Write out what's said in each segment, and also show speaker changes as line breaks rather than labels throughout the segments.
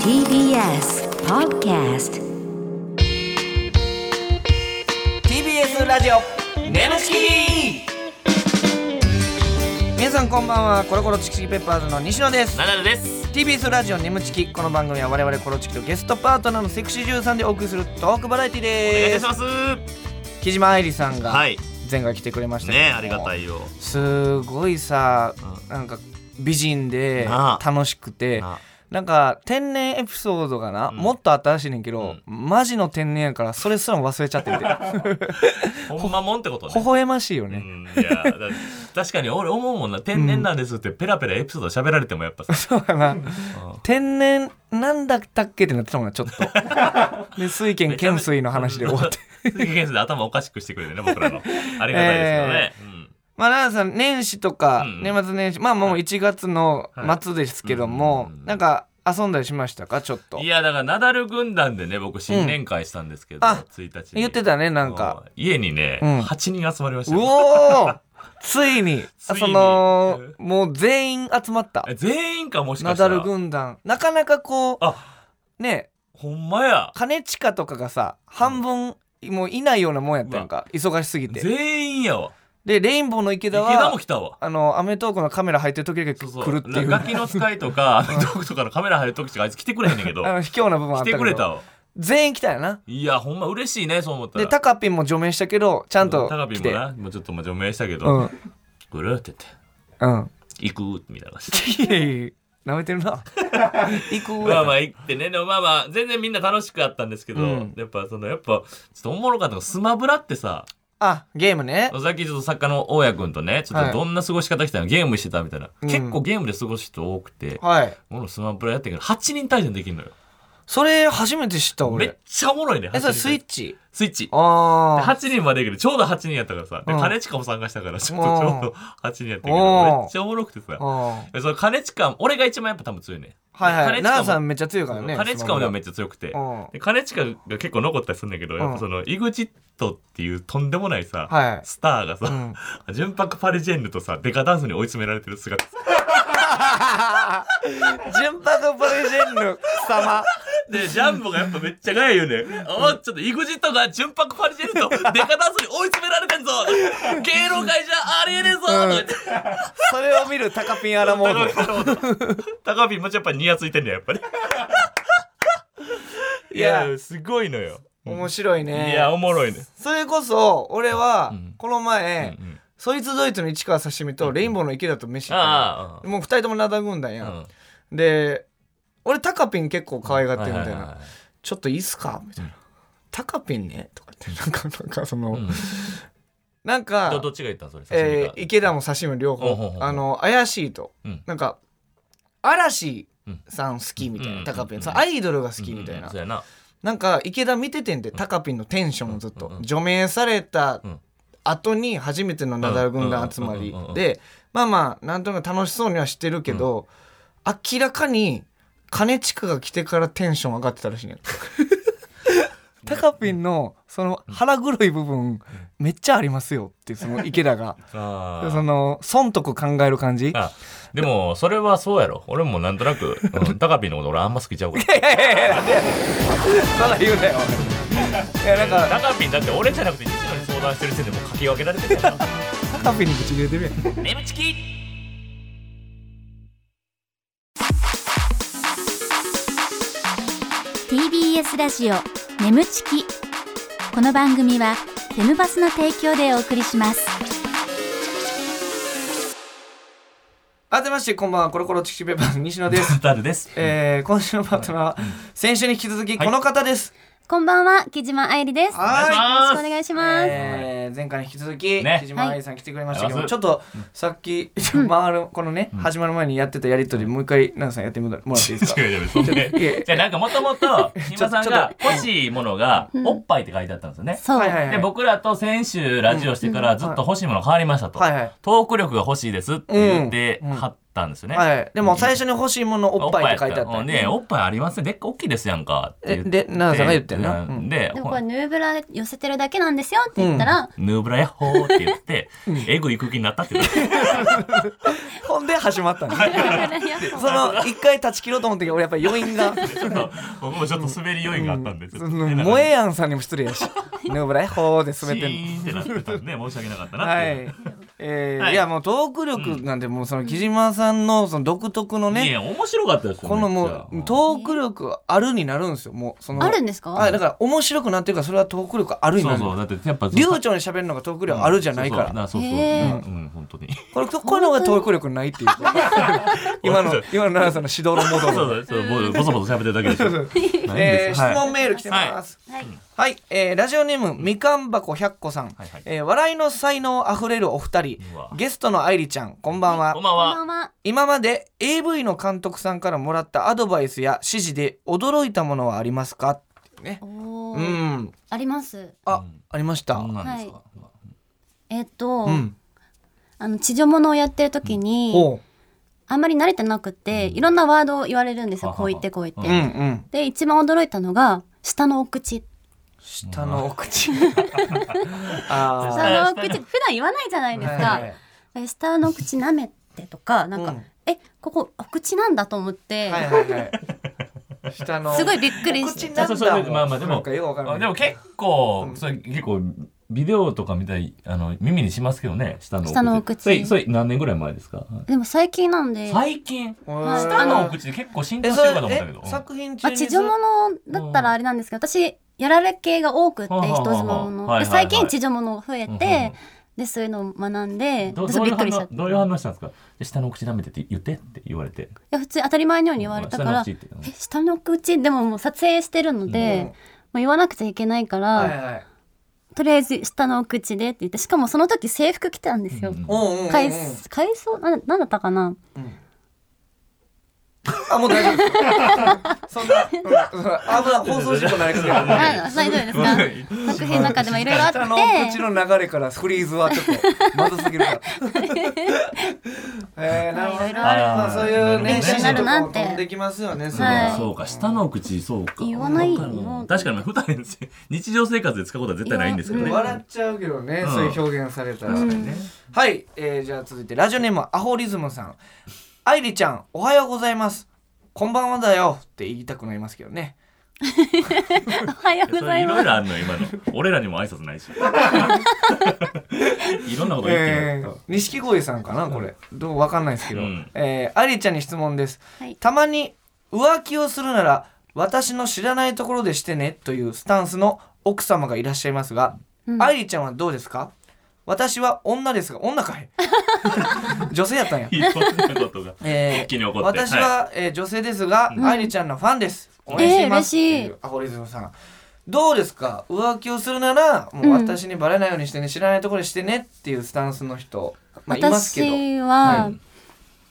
TBS Podcast
TBS ラジオ
ネムチキ
皆さんこんばんはコロコロチキチキペッパーズの西野です
ナダルです。
TBS ラジオ眠チキこの番組は我々コロチキとゲストパートナーのセクシージューさんでお送りするトークバラエティ
お願いい
で
た
す
します。
木島愛理さんが
はい。
前回来てくれましたけど
ねありがたいよ。
すごいさ
うん
なんか美人で
なあ
楽しくて
な
なんか天然エピソードがな、
ん
もっと新しいねんけど、マジの天然やからそれすらも忘れちゃってて
ほんまもんってこと
微
ね。
笑ましいよ
う
ね、
んいやだ確かに俺思うもんな天然なんですってペラペラエピソード喋られてもやっぱさ
そうかな
うん
天然なんだったっけってなってたもんなちょっ とで水拳剣水の話で終わって
水元帥で頭おかしくしてくれてね僕らのありがたいですよね、うん
まあ奈々さん年始とか、
うん
年末年始まあもう1月の末ですけども、
はいうん
なんか遊んだりしましたかちょっと
いやだからナダル軍団でね僕新年会したんですけど、
うんあ
1日に
言ってたねなんか
うん家にね、
うん
8人集まりまし
う
たよ
おーついに
ついに
そのもう全員集まった
え全員かもしか
ナ
した
ダ
ら
ル軍団なかなかこう
あ
ね
ほんまや
兼近とかがさ半分もういないようなもんやったやんか忙しすぎて
全員やわ
でレインボーの池
池
田
田も
は
来たわ
あの『アメトーーク』のカメラ入ってる時だけ
そうそう
来るっていう
ガキの使い とかアメトークとかのカメラ入る時とかあいつ来てくれへんねんけど
あの卑怯な部分あった
来
け
て
ど
くれたわ
全員来たよない
やほんま嬉しいねそう思ったら
でタカピンも除名したけどちゃんと
高
来
木
て
もなもうちょっとまあ除名したけ
う
ど
ん
「ぐる」って
うん
言って「行く」みた いな感じで
いやいや舐めてる な行く
まあまあ行ってねでもまあまあ全然みんな楽しくあったんですけど、
うん
やっぱそのやっぱちょっとおもろかったのがスマブラってさ
あゲームね
さっきちょっと作家の大家君とねちょっ
はい
とどんな過ごし方したのゲームしてたみたいな、
うん
結構ゲームで過ごす人多くて、
はい
俺もスマブラやってんけど8人対戦できるのよ
それ初めて知った
めっ
俺
ちゃおもろいね
えそれ
8人
スイッチ
スイッチ
ああ
8人までやけどちょうど8人やったからさで
うん
兼近も参加したからちょっ
うん
とちょうど8人やったけ
うん
どめっちゃおもろくてさ
あ
でその兼近俺が一番やっぱ多分強いね
はいはい
で兼近も
奈々さんめっちゃ強いからね
兼近もでもめ
っ
っちゃ強くて
うん
で兼近が結構残ったりするんだけどやっ
うん
ぱそのイグジットっていうとんでもないさ、
はい
スターが
う
さ
ん、
純白パリジェンヌとさ、デカダンスに追い詰められてる姿。
純白プレジェンヌ様
で、ジャンボがやっぱめっちゃガヤ言うね。おいちょっとイグジットが純白パリジェンヌとデカダンスに追い詰めら れてんぞ芸能界じゃありえねえぞとか言って
それを見るタカピンアラモー ド
高火もやっぱニヤついてんねやっぱり
いや
すごいのよ、
面白いね
いやおもろいね、
それこそ俺は
うん
この前、
うんうん
そいつドイツの市川刺身とレインボーの池田と飯行った
あ
のもう二人ともナダ軍団
あ
や、
うんん
で俺タカピン結構可愛がってるみたいな「
ははは
ちょっといいっすか?」みたいな「タカピンね」とかってなんかなんかその、
うん
なんか
どどっちが言ったんそれ
え
刺
ー
身か
池田も刺身も両
ほうほう
方
ほう
あの怪しいと、
うん
なんか嵐さん好きみたいな、
うん
タカピ
う
ン
ん
そのアイドルが好きみたいな、
うんうんそうやな
なんか池田見ててんでタカピンのテンションをずっと、
うんうん
除名された
うん
後に初めてのナダル軍団集まり
うんうんうんうん
でまあまあなんとなく楽しそうにはしてるけど、明らかに兼近が来てからテンション上がってたらしい ねタカピンのその腹黒い部分めっちゃありますよっていうその池田が
あー
その損得考える感じ
あでもそれはそうやろ俺もなんとなく、 うん、高火のこと俺あんま好きちゃうから
いやいやいやなんでやねんまだ言うなよいやなんか
高火だって俺じゃなくて西野に相談してる時点でもうかき分けられてるからな
タカピンに口切れてるやん
眠ちき
TBS ラジオ眠ちきこの番組はテムバスの提供でお送りします
改めましてこんばんはコロコロチキチキペーパーの西野です、
ダルです
えー、今週のパートナーは先週に引き続きこの方です、
こんばんは木島愛理ですよろしく
は
お願いします
お願いします、
えー前回に引き続き、
ね
木島愛さん来てくれましたけど、
はい
ちょっとさっき、回るこのね、始まる前にやってたやりとりもう一回奈々さんやってもらっていいですか
違う違うそんで
いや
じゃあなんかもとも と島さん
ちょちょっ
が欲しいものがおっぱいって書いてあったんですよね。
そう、
はいはいはい
で僕らと先週ラジオしてからずっと欲しいもの変わりましたと、
はいはい
トーク力が欲しいですって言って
うん
はったんですよね。
はい。でも最初に欲しいものおっぱいって書いてあっ
おぱや
た。
らうんねおっぱいありますね。でっか、大きいですやんか。って言って
えで奈良さんが言ってんな
う
うん
で、
でもこれヌーブラ寄せてるだけなんですよって言ったら、
ヌーブラヤッホーって言 って、エグ行く気になったって言って
ほんで始まったんです。
ヌーブラ やっ
その一回断ち切ろうと思ったけど、俺やっぱり余韻が。
僕もちょっと滑り要因があったんで、ちょっとね
萌えやんさんにも失礼 やし。ヌーブライホーで
シ
滑ってんの。
ーンってなってたんで、申し訳なか ったなっ
は
ていう。
い。えー
はい
い、やもうトーク力なんてもうその木島さんのその独特の
ね
ね、
え、面白かったですよ。
この
めっち
も
ゃ
うトーク力あるになるんですよ。もうその
あるんですか
はいだから面白くなってるからそれはトーク力あるにな
そう
る。
そう、だってやっぱ、
流暢に喋るのがトーク力あるじゃないから。
そうそう、
へ
な
え
そうそううんうん、本当に。
これここういうのがトーク力ないって いうか今の今の奈良さんの指導のも
そう
と
そう、そう、ぼそぼそ喋ってるだけでしょ。ないんです
えー質
はい
問メール来てます。
はい
はい、えーラジオネームみかん箱百個さん、
はいはい
えー笑いの才能あふれるお二人
うわ
ゲストの愛理ちゃんこんばんは
こんばん
こん
は
ば。んは
今まで AV の監督さんからもらったアドバイスや指示で驚いたものはありますかってね
お
う
ー
ん
あります
あ、ありました
そう
う
なんですか。
えっと、
ん
あの地上物をやってる時に、
ほ
あんまり慣れてなくて、いろんなワードを言われるんですよ。
はは
こう言ってこう言って。
ううんうん
で、一番驚いたのが、下のお口。
下のお口あ
下のお口、普段言わないじゃない
ー
です
はい
か
はい。
え下の口舐めてとか、なんか、
うん
え、ここお口なんだと思って、
はいはいはい下の
すごいびっくり
お
して
口。なん
そうそう
だ
そうまあまあでも
なんかよくわからな
あ
い
でも結構、それ結構ビデオとか見たいあの耳にしますけどね下のお口
下のお口
それそれ何年ぐらい前ですか
でも最近なんで、
最近
はい
下のお口で結構浸透
え
し
そ
て
れ
るかと思ったけど
え作品中
あ
に
地上物だったらあれなんですけど、私、やられ系が多くって、
ははは
人
は
妻もの。
はいはいは
で
い
最近地上物増え
うんうんうん
て、で、そういうのを学んで、
ど
私
どうい
び
う
っくりしちゃっ
反応
た。い
どういう反応したんですかで下のお口舐めてって言ってって言われて
や、普通に当たり前のように言われたから、
下のお口って
え下の口でももう撮影してるので、
うん
もう言わなくちゃいけないから、
はいはい
とりあえず下のお口でって言ってしかもその時制服着てたんですよ。
うん
おうおうおう
海海藻なんなんだったかな
あもう大丈夫ですそんな、うん、そんな危ない放送事故になり かけ
あ
た
大丈夫です か作品の中でもい ろいろあって
下の口の流れからフリーズはちょっとまずすぎるからえー、なるほど
いろいろある
まあそういうね指
勉強に
示
な
と
る
か
な
も
って
飛んできますよねそれ
はい
そうか下のお口そうか
言わないよ
わかる確かに普段日常生活で使うことは絶対ないんですけどね
笑っちゃうけどね、
うん
そういう表現されたら、
確かにね
はい、えー、じゃあ続いてラジオネームアホリズムさん愛理ちゃんおはようございますこんばんはだよって言いたくなりますけどね
おはようご
そ
ざ
れ
い
いろ
ま
い
す
ろあるのよ今の俺らにも挨拶ないしいろんなこと言って
え
る
ー、錦鯉さんかなこれどうわかんないですけど、
うん
えー、アリちゃんに質問です、
はい
たまに浮気をするなら私の知らないところでしてねというスタンスの奥様がいらっしゃいますが、
うん
アリちゃんはどうですか私は女ですが女かい 女性やったんや
いろんなことが
え
一気に怒って
私は、えー女性ですが、愛理ちゃんのファンです。応援しています。
えー嬉しい
ってうアホリズムさん。どうですか浮気をするならもう私にバレないようにしてね、知らないところでしてねっていうスタンスの人、まあ、いますけど
私は、
は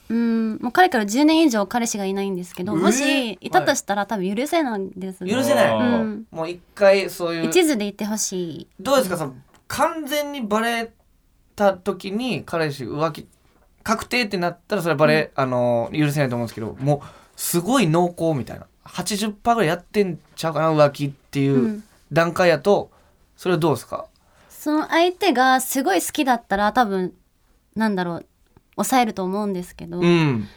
うんもう彼から10年以上彼氏がいないんですけど、
えー
もしいたとしたら、多分許せないんです
許
ね
せない、
あー
うん
もう一回そういう
一途でいてほしい
どうですかその完全にバレた時に彼氏浮気確定ってなったらそれはバレ、あの許せないと思うんですけどもうすごい濃厚みたいな80%ぐらいやってんちゃうかな浮気っていううん段階やと、それはどうですか
その相手がすごい好きだったら多分なんだろう抑えると思うんですけど、
うん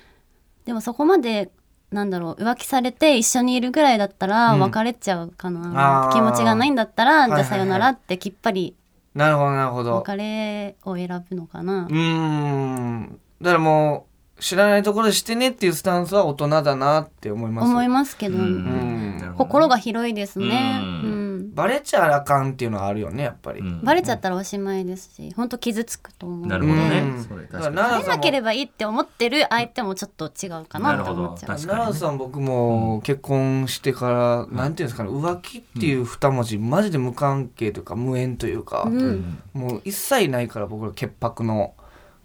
でもそこまでなんだろう浮気されて一緒にいるぐらいだったら
うん
別れちゃうかな、
あー
気持ちがないんだったら
い
じ
は
ゃあ
いはい
さよならってきっぱり
なるほどなるほど
別れを選ぶのかな、
うーんだからもう知らないところでしてねっていうスタンスは大人だなって思います
思いますけど、
ん
心が広いですね、
う
うんん
バレちゃあかんっていうのはあるよねやっぱり、
バレちゃったらおしまいですし本当傷つくと思う
な
バ
るほどね
うん
それ確
だか
かに
ら奈
レ
良さ
なんけ
も
ればいいって思ってる相手もちょっと違うかなって思っちゃ
なるほど
う
確かにね
奈良さん僕も結婚してから、なんていうんですかね浮気っていう二文字、マジで無関係というか無縁というか、
うん
もう一切ないから僕ら潔白の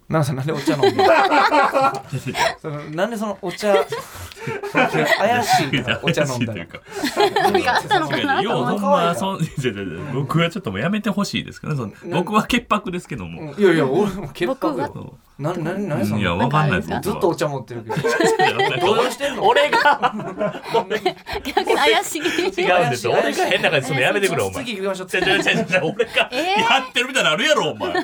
奈良さんなんでお茶飲 んでそのなんでそのお茶怪しいからお茶飲んだら
なんかあったのかなと
よう
思
ほ
っ
ん
て
まそんいやいやいや僕はちょっともうやめてほしいですけどねその僕は潔白ですけども、
うんいやいや俺も潔
僕
白
は
よ、うななになにその
いや、わかんない
なん
ずっとお茶持って るけど動揺してんの
俺が
逆に 怪しい。
違うんですよ。俺が変な感じするのやめてくれ、お前。
次行きましょう
ちゃちゃちゃちゃ俺が
えー
やってるみたいなのあるやろ、お前。や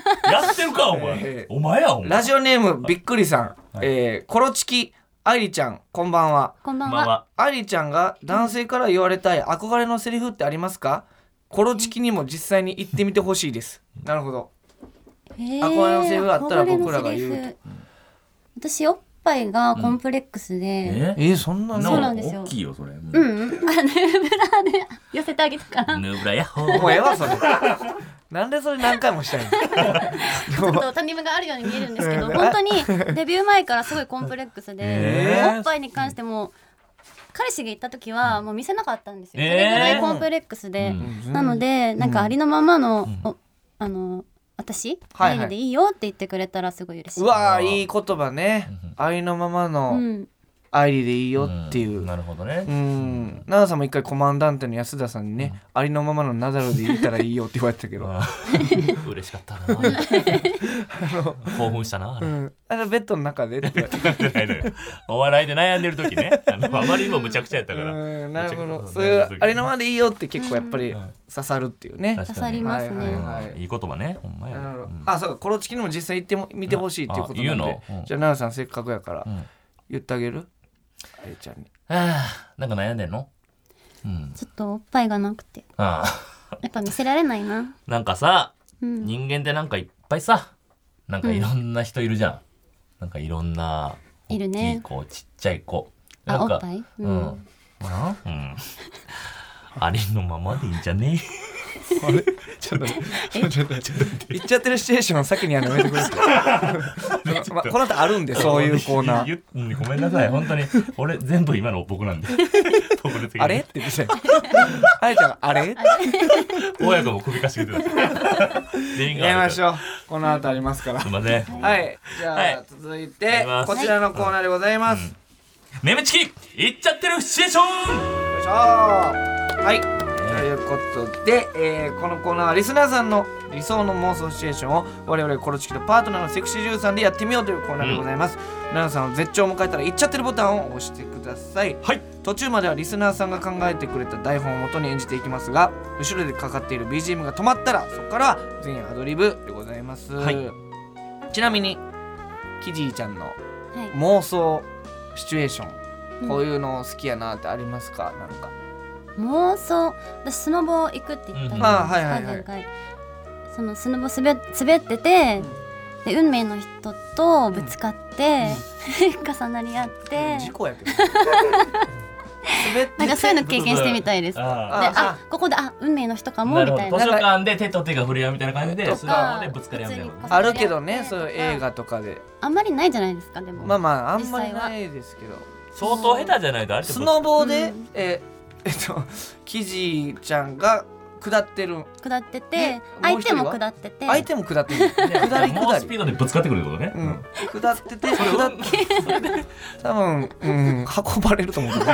ってるか、お前
え。
お前や、お前。
ラジオネームびっくりさん、えーコロチキ愛理ちゃんこんばんは
こんばん
まあ
は。
ま
愛理ちゃんが男性から言われたい憧れのセリフってありますかコロチキにも実際に言ってみてほしいですなるほど
え
憧れのセリフがあったら僕らが言う
憧れの
と
セリフ私おっぱいがコンプレックス
あ。
で、
え
えー、そんな
そ
の
そうなんですよ
大きいよ、それ。うん
うん、うん、あヌーブラで寄せてあげたから。
ヌーブラヤッホ
もう
ー。
ええわそれ なんでそれ何回もしたいの
ちょっとタニムがあるように見えるんですけど、本当にデビュー前からすごいコンプレックスで、
え
ー
おっぱいに関しても彼氏が行った時はもう見せなかったんですよ。
えー
それぐらいコンプレックスで、なのでなんかありのままの、おあの私、
はいはい
レイリでいいよって言ってくれたらすごい嬉しい。
うわーいい言葉ねありのまま
う
の
ん、
愛理でいいよっていう、
んなるほどね
う。ん、奈良さんも一回コマンダンテの安田さんにね、ありのままのナダルで言ったらいいよって言われてたけど、
あー 嬉しかった な。興奮したな。あ
う
れ
ん、あれベッドの中でって言われて
じゃないのよお笑いで悩んでる時ね。あのあまりにもむちゃくちゃやったから。
うんなるほど
めちゃくちゃ
そういうありのままでいいよって結構やっぱり刺さるっていうね、
確
刺
か
さり
に。
ますね。
はいはい
うんいい言葉ね。ほんまやね。
なるほど
うん
あそうかコロチキにも実際行っても見てほしいっていうことなんで
あ言うのうん
じゃあ奈良さんせっかくやから
ん
言ってあげる、あれちゃんに
あーなんか悩んでんのうん。
ちょっとおっぱいがなくて、
ああ。
やっぱ見せられないな。
なんかさ、
うん
人間ってなんかいっぱいさなんかいろんな人いるじゃん、なんかいろんない
るね
大きい子ちっちゃい子
あ
なんか
おっぱい
うん、
う
うんんありのままでいいんじゃね
言っちゃってるシチュエーション先にやめてくれって、 まあ、この後あるんでそういうコーナー
ーごめんなさい本当に俺全部今の僕なんで特別に
あれって言ってたよ あれちゃんがあれ
親子も首かし げてた全員が
やりまし
う
ょうこの後ありますから
すいません
はい、じゃあ、
はい
続い
や
て
ります
こちらのコーナーでございます。よ
眠ちきいっちゃってるシチュエーション
いしょーはい、ということで、えーこのコーナーはリスナーさんの理想の妄想シチュエーションを我々コロチキとパートナーのセクシージューさんでやってみようというコーナーでございます。皆、さんは絶頂を迎えたら行っちゃってるボタンを押してください。
はい
途中まではリスナーさんが考えてくれた台本を元に演じていきますが後ろでかかっている BGM が止まったらそこからは全員アドリブでございます、
はい
ちなみにキジーちゃんの
はい
妄想シチュエーション、
うん
こういうの好きやなってありますかなんか
妄想私スノボ行くって言った
うん
じゃ
あはい
な
は
いい
はい
ですか前回そのスノボ滑滑っててで運命の人とぶつかって、 重なり合って
事故やけど滑ってて
なんかそういうの経験してみたいですで
あー
あ
あここであ運命の人かも
な
み
るほ
たい
ど
な
図書館で手と手が触れ合うみたいな感じ
と
で
か
スマホでぶつかり合うみたいな
普通に
あるけどね
とか
そういう映画とかで
あんまりないじゃないですかでも、
まあまああんまり
実際は
ないですけど
相当下手じゃないとあれって
スノボーで、
うん
ええっとキジーちゃんが下ってる
下って
で
て
もう
相
一
手
人は
も下ってて
相手も下ってる下り下り
もうスピードでぶつかってくるってことね、
うん、下ってて下って多分、うん、運ばれると思うけど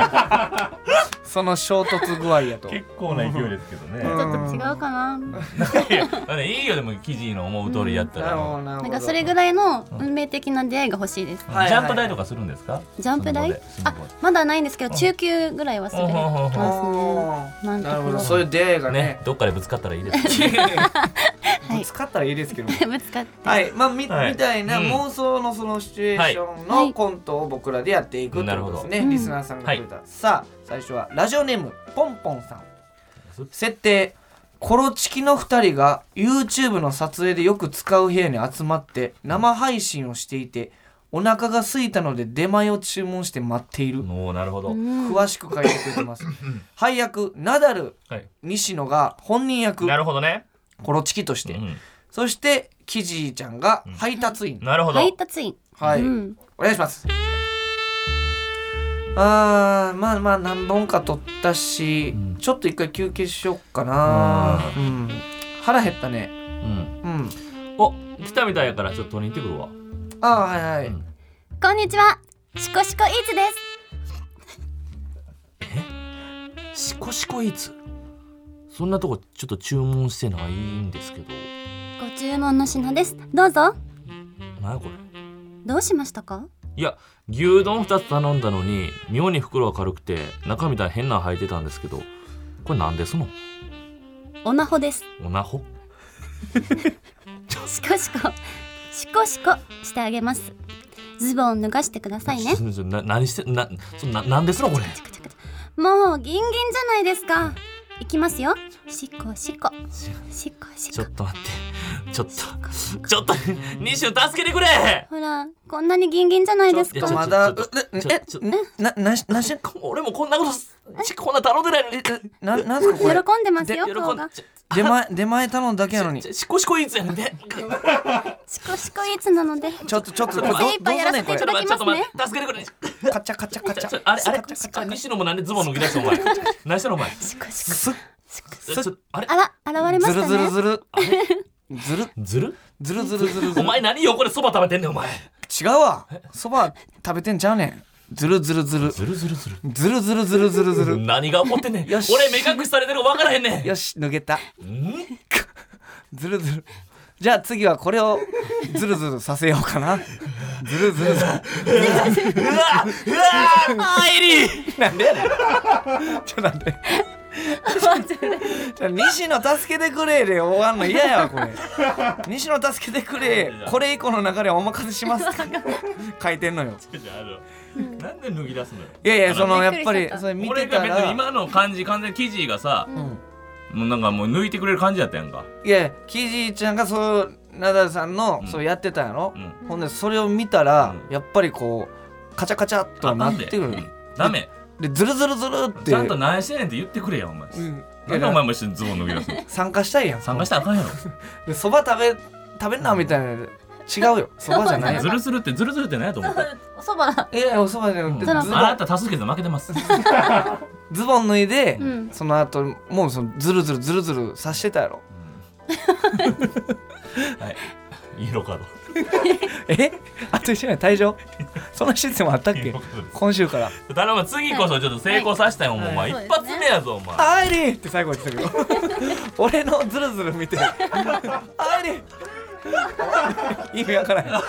その衝突具合やと。
結構な勢いですけどね、
うん
ちょっと違うかな、
いやだからいいよでも記事の思う通りやった
な
ら、
るほどなる
な
ほ
ん
ど
かそれぐらいの運命的な出会いが欲しいです、
はい
ジャンプ台とかするんですか
ジャンプ台
スノ
あ
ボで
まだないんですけど中級ぐらいはするますね
あー
なんてこと
なるほどそういう出会いがね
ねどっかでぶつかったらいいで す
はい
ぶつかったらいいですけども
ぶつかって、
はいまあみ,、
はい
みたいな
うん
妄想のそのシチュエーション
は
の
い
コントを僕らでやっていくってことですね、
なるほど
リスナーさんがくれた、さあ最初はラジオネームポンポンさん設定コロチキの2人が YouTube の撮影でよく使う部屋に集まって生配信をしていてお腹が空いたので出前を注文して待っている、
もうなるほど、
うん
詳しく書いてくれて ます配役ナダル
はい
西野が本人役
なるほどね、
コロチキとし
う
て、
ん、
そしてキジーちゃんが配達員、
なるほど、
配達員
はい、
うん
お願いしますあーまあまあ何本か取ったし、
うん
ちょっと一回休憩しよっかな、うん、腹減ったね
うん、
うん
お来たみたいやからちょっと取りに行ってくるわ
ああはいはい、
うん
こんにちはシコシコイーツで
シコシコイーツそんなとこちょっと注文してないんですけど
すご注文の品ですどうぞ
何やこれ
どうしましたか
いや牛丼2つ頼んだのに妙に袋は軽くて中身たら変なの入ってたんですけどこれ何ですの
オナホです
おなほ
シコシコシコシコしてあげますズボンを脱がしてくださいね
ちょちょな何してなそな何ですのこれ
チクチクチクもうギンギンじゃないですかいきますよシコシコシコシ
ちょ
コ
っと待ってちょっとちょっと西野助けてくれ
ほらこんなにギンギンじゃないです
ちょっ
か
と
まだ
ちょっと
え
ちょちょ
えななしなし
俺もこんなことすちこんな頼んでないのに
えななんすか
喜
これ
んでます
で
よ
喜ん
顔が
ちょ
出前出前頼んだけやのに
ちょシコシコイーツやねんで
シコシコいつなので
ちょっとちょっとこれど
精一杯やらせてい
どうす
た
んねんこ
だきますね
ちょっと待って助けてくれ
れカチャカチャカチ
ちょ
ャ
あれあれあ西野もなんでズボン脱ぎ出したお前何してんのお前
シコシコ
すっ
ちょちょあれ
あら現れま
ず
し
る
た
ずる
ね
ずる ずる
ずる
ずるずるずるず
お
る
前何横でそば食べてんねんお前
違うわそば食べてんちゃうねんずるずるずる
ずるずるずる
ずるずるずるずるずる
何が起こってんねん
よし
俺目隠しされてるの分からへんねん
よし脱げた
ん
ずるずるじゃあ次はこれをずるずるさせようかなずるずるずる
うわうわあエリー
ちょっと待ってじゃあ西野助けてくれで終わんの嫌やわこれ西野助けてくれこれ以降の流れはお任せします 書いてんのよ
なんで脱ぎ出すのよ
いやいやそのや
あ
っ
の
ぱりそれ見て
俺
た
が別に
ら
今の感じ完全に記事がさ
ん
もうなんかもう抜いてくれる感じやったやんか
いやキジちゃんがそうナダルさんの、
うん
そうやってたんやろ、
うん
ほんでそれを見たら、
う
やっぱりこうカチャカチャっとなってくる
ダメ
でズルズルズルって
ちゃんと何してんねんって言ってくれやお前
うん
なんでお前も一緒にズボン脱ぎ出すの
参加したいやん
参加したらあかんやろ
でそば食べ食べんなみたいな違う よそばじゃ ないよ
ズルするってズルするって何やと思う
おそば
いやいや おそばじゃなくてズ
そ
ボ
の
あなた多数決で負けてます
ンズボン脱いで、
うん
その後もうそのズルズルズルズルさしてたやろ
はい イエローカード
え あと一緒に退場そんなシステムあったっ け今週から
頼む次こそちょっと成功させたいもん、お前、
はい
一発目やぞお前、
アイリーって最後言って たけど俺のズルズル見てアイリー意味わからない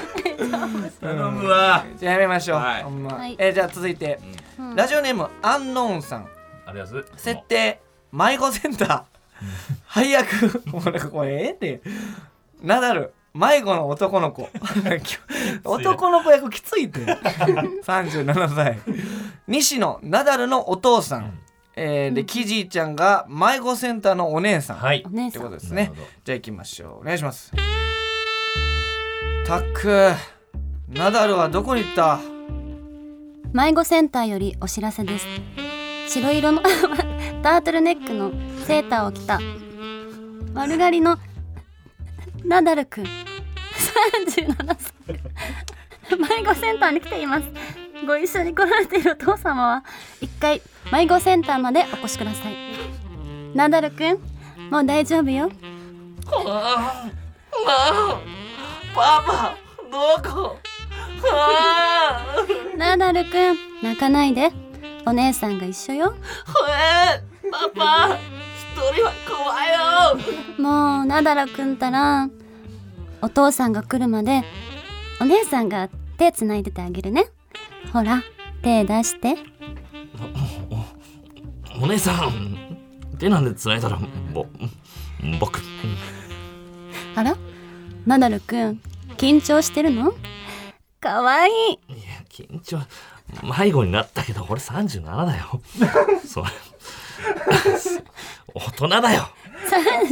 頼むわ
じゃあやめましょう、
はい
ほんま
はい
えーじゃあ続いて、
うん
ラジオネームアンノーンさん
ありがとうございます
設定迷子センター配役もうなんかこれええってナダル迷子の男の子男の子役きついって37歳西野ナダルのお父さん、えーでキジーちゃんが迷子センターのお姉さん、
はい
お姉
って
さ
こと
ん
ですね
なるほど
じゃあ行きましょうお願いしますたっくナダルはどこに行った
迷子センターよりお知らせです白色の タートルネックのセーターを着た丸刈りのナダルくん37歳迷子センターに来ていますご一緒に来られているお父様は一回迷子センターまでお越しくださいナダルくんもう大丈夫よ
あああパパどこああ
ナダルくん泣かないでお姉さんが一緒よ
えパパ一人は怖いよ
もうナダラくんたらお父さんが来るまでお姉さんが手つないでてあげるねほら手出して
お姉さん手なんでつないだらぼ僕
あらナダルくん緊張してるのかわいい
いや緊張迷子になったけど俺37だよそれ 大人だよ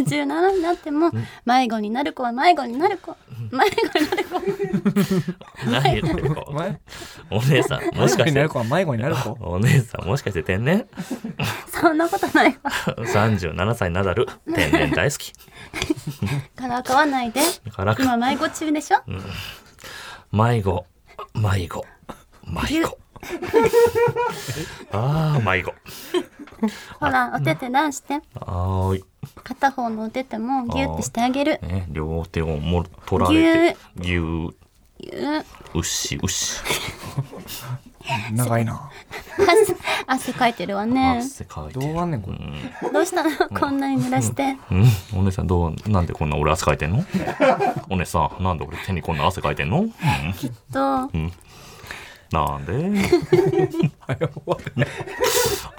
37になっても迷子になる子は迷子になる子迷子になる子
何言ってるか
お 前
お姉さんもしか
迷子にな
して
る子は迷子になる 子
お姉さんもしかして天然
そんなことないわ
37歳ナダル天然大好き
からかわないで
からか
今迷子中でしょ
迷子迷子迷子 ああ迷子
ほらお手手出して
あーい
片方のお手手もギュってしてあげる
ね、両手をも取られてぎゅー
ギュー
うっしうっし
長いな
汗汗かいてるわね
汗かいて
ど
る
うあんねんこれ
どうしたのこんなに濡らして
うんお姉さんどうなんでこんな俺汗かいてん のお姉さんなんで俺手にこんな汗かいてんの、うん
と
なんで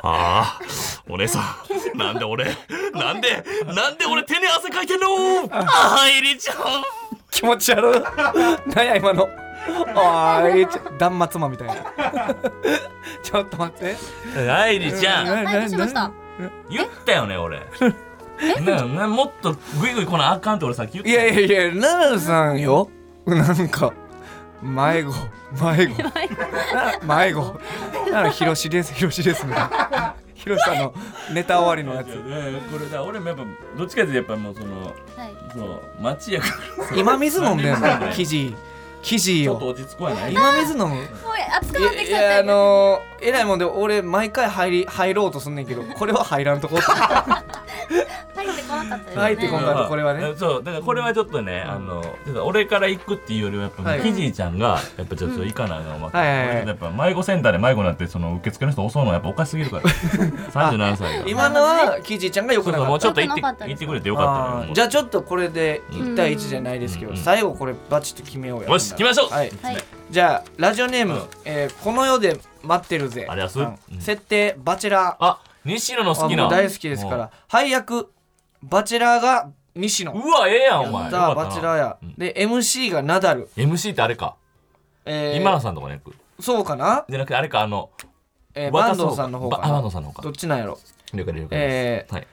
ああお姉さんなんで俺なんでなんで俺手に汗かいてんのああエリちゃん
気持ち悪い何や今 のああえちょ断末魔 みたいなちょっと待って
あいりちゃん
な
はいどうしました
言ったよね俺ななもっとグイグイこなあかんって俺さっき言った
いやいやいや奈々さんよなんか迷子 迷子な迷子なら広しです広しですみたいな広しさんのネタ終わりのや
いや
つ
いやこれだ俺もやっぱどっちかっていうとやっぱもうその
はい
そう町やからそう
今水飲んでんの
何
生地生地
ちょっと
よ
落ち着こうやない
今水飲む
もう熱く
い
なって
や
き
い
ちゃ
や
っ
あ
たよ
のー、えらいもんで俺毎回入り入ろうとすんねんけどこれは入らんと こって
入ってこなかったですね
入ってこんかったこれはね
うんそうだからこれはちょっとね、あのちょっと俺から行くっていうよりはやっぱ、
はい
キジちゃんがやっぱちょっと行かないのま
はいはいはい
やっぱ迷子センターで迷子になってその受付の人襲うのはやっぱおかしすぎるから37歳が
今のは生地ちゃんがよ
そ
くな
うそう
か
も
っ
う
た
ちょっと行
よく
って
なかったです
行ってくれてよかっ
あ
た
ー
の
じゃあちょっとこれで1対1じゃないですけど、最後これバチッと決めようよ
よし決めましょう
はい、
はい
じゃあラジオネーム、
うん
えーこの世で待ってるぜ
ありがとう
さん
うん
設定バチェラー
あ西野の好き
あ
な
もう大好きですから配役バチェラーが西野
うんうわええやんお
やった
前よかったな
バチェラーや、
うん
で MC がナダル、
MC ってあれか、
えー
今野さんとかね
そうかな、
じゃなくてあれかあの
えー、
若
坂
そう
東さんの方か
ばあ坂
な
東さんの方か
どっちなんやろ
了解了解
えー
はい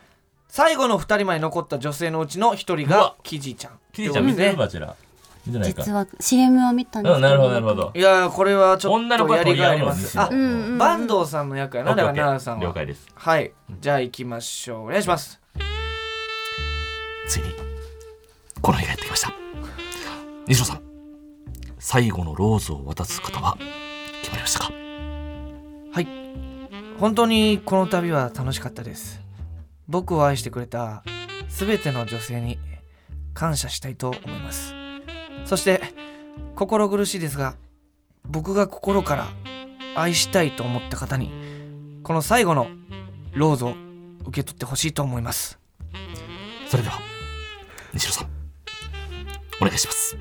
最後の2人まで残った女性のうちの1人
う
が
わ
キジちゃん
キジちゃん見て
って
る
こと
バチェラ見てないか
実は CM を見たんです
う
け
ん
ど
なるほどなるほど
いやーこれはちょっ
女の子
と
は
やりがいあり
取り合う
ま
のです
す
よ
あ
うんうんうん
坂東さんの役やなだから
オッケー
奈々さん
了
は
解です
はいじゃあ行きましょうお願いします
ついにこの日がやってきました西野さん最後のローズを渡す方は決まりましたか
はい本当にこの旅は楽しかったです僕を愛してくれた全ての女性に感謝したいと思いますそして心苦しいですが僕が心から愛したいと思った方にこの最後のローズを受け取ってほしいと思います
それでは西野さんお願いします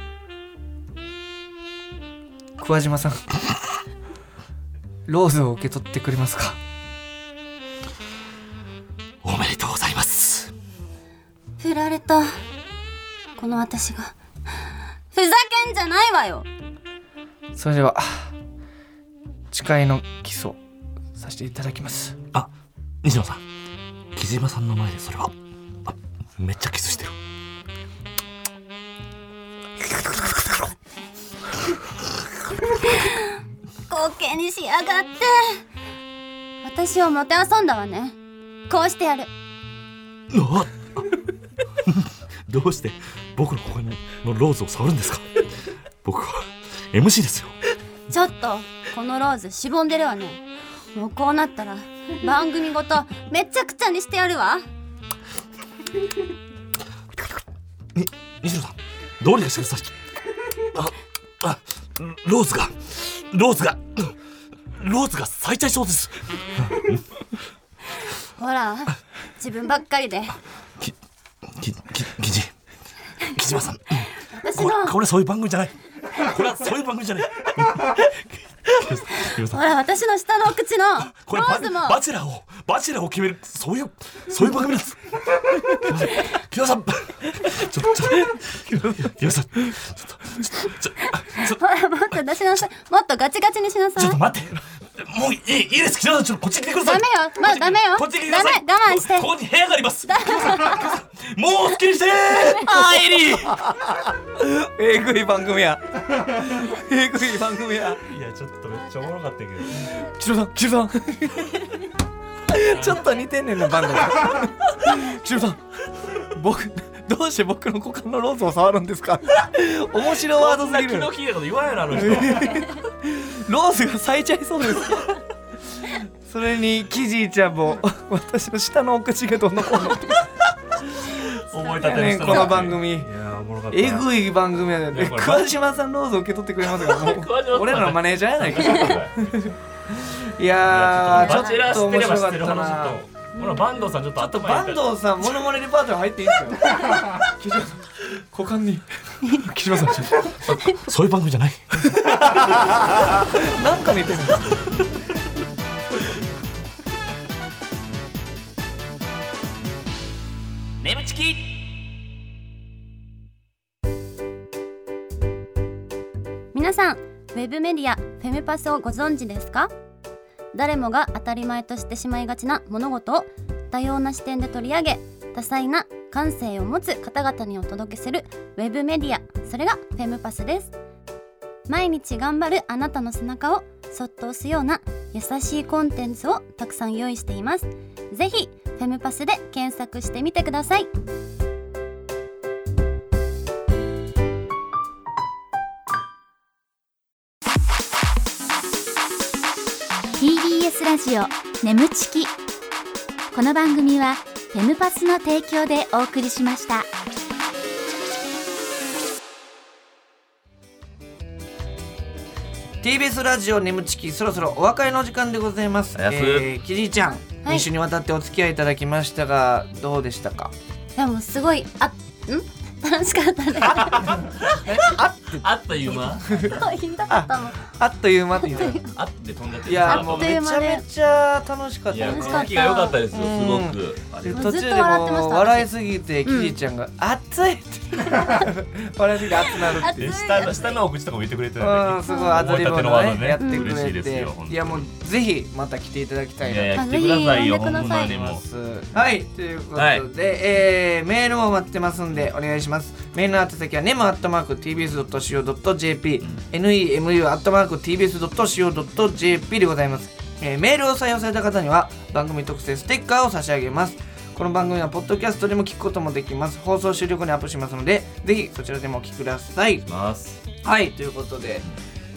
桑島さんローズを受け取ってくれますか
おめでとうございます
振られたこの私がふざけんじゃないわよ
それでは誓いのキスをさせていただきます
あ西野さん木島さんの前でそれはあめっちゃキスしてる
後継にしやがって私をもてあそんだわねこうしてやる
あ どうして僕のここにのローズを触るんですか僕は MC ですよ
ちょっとこのローズしぼんでるわねもうこうなったら番組ごとめちゃくちゃにしてやるわ
に西野さんどうにかしてくださいああローズがローズがローズが最大症です
ほら自分ばっかりで
ききききじ木島さん
私
こ
の
れこれそういう番組じゃないこれはそういう番組 じゃない木島さ
ほ
ん
ら私の下のお口の
こ
ロ
れバ
ーズも
バチェラーをバチェラーを決めるそういうそういう番組です 木島さんちょっとちょっと木島さんちょっとちょっとちょっと
ほらもっと出しなさいもっとガチガチにしなさ
ちょ
い
っと待って。もういい、いいです。北野さん、ちょっとこっち来てくだ
ダ
さい。
メよまだダメよ
こっち来てください。
ダメ我慢して
ここに部屋があります。もう好きにして。あー、エリー。
えぐい番組や。えぐい番組や。
いや、ちょっとめっちゃおもろかったけど。
キロさん、キロさん。ちょっと似てんねんな、バンドが。キロさん。僕、どうして僕の股間のローズを触るんですか。面白ワードすぎる。
昨日聞いたこと言わんやろ、あの人。
ローズが咲いちゃいそうです。それに、キジーちゃんも、私の下のお口がどんどんこうの。
思い立て
ね
る
ん
人
この番組
いや、おもろかった
えぐい番組やで、
いやこれ
桑島さんローズ受け取ってくれますからもう
桑島さん
俺らのマネージャーやないか
はい
いやー
バチェ
ちょ
ラ
っ
ー
と
知って
面
れ
白
ば知
か
っ
って
る
た
話ち
な
ょっとほら坂東さんちょっと
ちょっと
頭
坂
いいから
東さんモノマネレパートリー入っていいです よ
股間に木島さんちょっとそういう番組じゃない
なんか見てる
眠ちき
皆さんウェブメディアフェムパスをご存知ですか誰もが当たり前としてしまいがちな物事を多様な視点で取り上げ多彩な感性を持つ方々にお届けするウェブメディアそれがフェムパスです毎日頑張るあなたの背中をそっと押すような優しいコンテンツをたくさん用意していますぜひフェムパスで検索してみてください
ラジオ眠ちきこの番組はフェムパスの提供でお送りしました
の TBS ラジオ眠ちきそろそろお別れの時間でございます
あやす
えーキリちゃん、
はい
一緒にわたってお付き合いいただきましたがどうでしたか
でもすごいあん楽しかったです
あっという間
ひどかったもん
あっという間って言った
あって飛んじゃって
いや
あっ
もう
と
め
いう
ち
間
ゃ
で
めちゃ楽しかった
い
で
や
す
楽し
空
かった
気が良かったですよ
うん
すごくありがとう
途中でもう笑いすぎてキ
ずっと笑ってました私
リちゃんが「熱い!」って笑いすぎて熱なるっていう
熱い
で下の下のお口とかも言ってくれてた
うんん
です
ごいアドリブ
思い立ての
の
技
ね
ね
やってく
嬉しい
れ
です
て
よ本当に
いやもうぜひまた来ていただきたい
い
なと
やいや来てくださいよ
ぜひ呼
ほ
んでください
んまにもう
はい、ということで、
はい
えーメールも待ってますんでお願いします。メールの宛先は nemu.tbs.co.jp、nemu.tbs.co.jp でございます、えーメールを採用された方には番組特製ステッカーを差し上げます。この番組はポッドキャストでも聞くこともできます。放送終了後にアップしますので、ぜひそちらでもお聞きください。
ます
はい、ということで、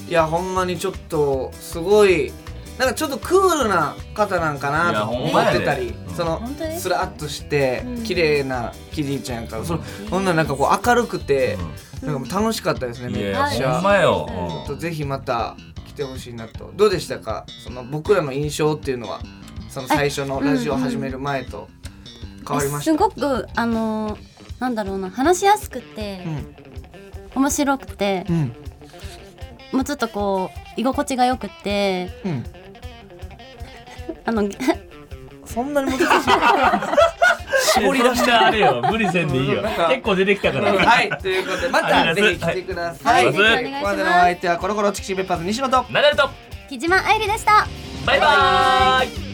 いや、ほんまにちょっと、すごい、なんかちょっとクールな方なんか
い
な
や
と
ほん
思
ま
っ
やで
てたり
う、ん
その
本当で、す
スラっとして
う、ん
綺麗なキリちゃんやから、その、ほんならなんかこう明るくて、なんかもう楽しかったですね、
い
めっ
や
ち
ほん
ゃ。
まよ
うん
ちょっとぜひまた来てほしいなと。どうでしたかその僕らの印象っていうのは、その最初のラジオ始める前と変わりました。
すごくあのーなんだろうな話しやすくて、
うん
面白くて
う、ん
もうちょっとこう居心地が良くて
うん
あの
そんなに難しい
絞り出したあれよ無理せんでいいよ
なんか
結構出てきたから
はい、ということで、また
あり
ぜ
がとう
ひ来てくださ。
はいい
は
ここ
い
までのお相手はコロコロチキシーペッパーズ西野と。
流れと
木島愛理でした
バイバーイ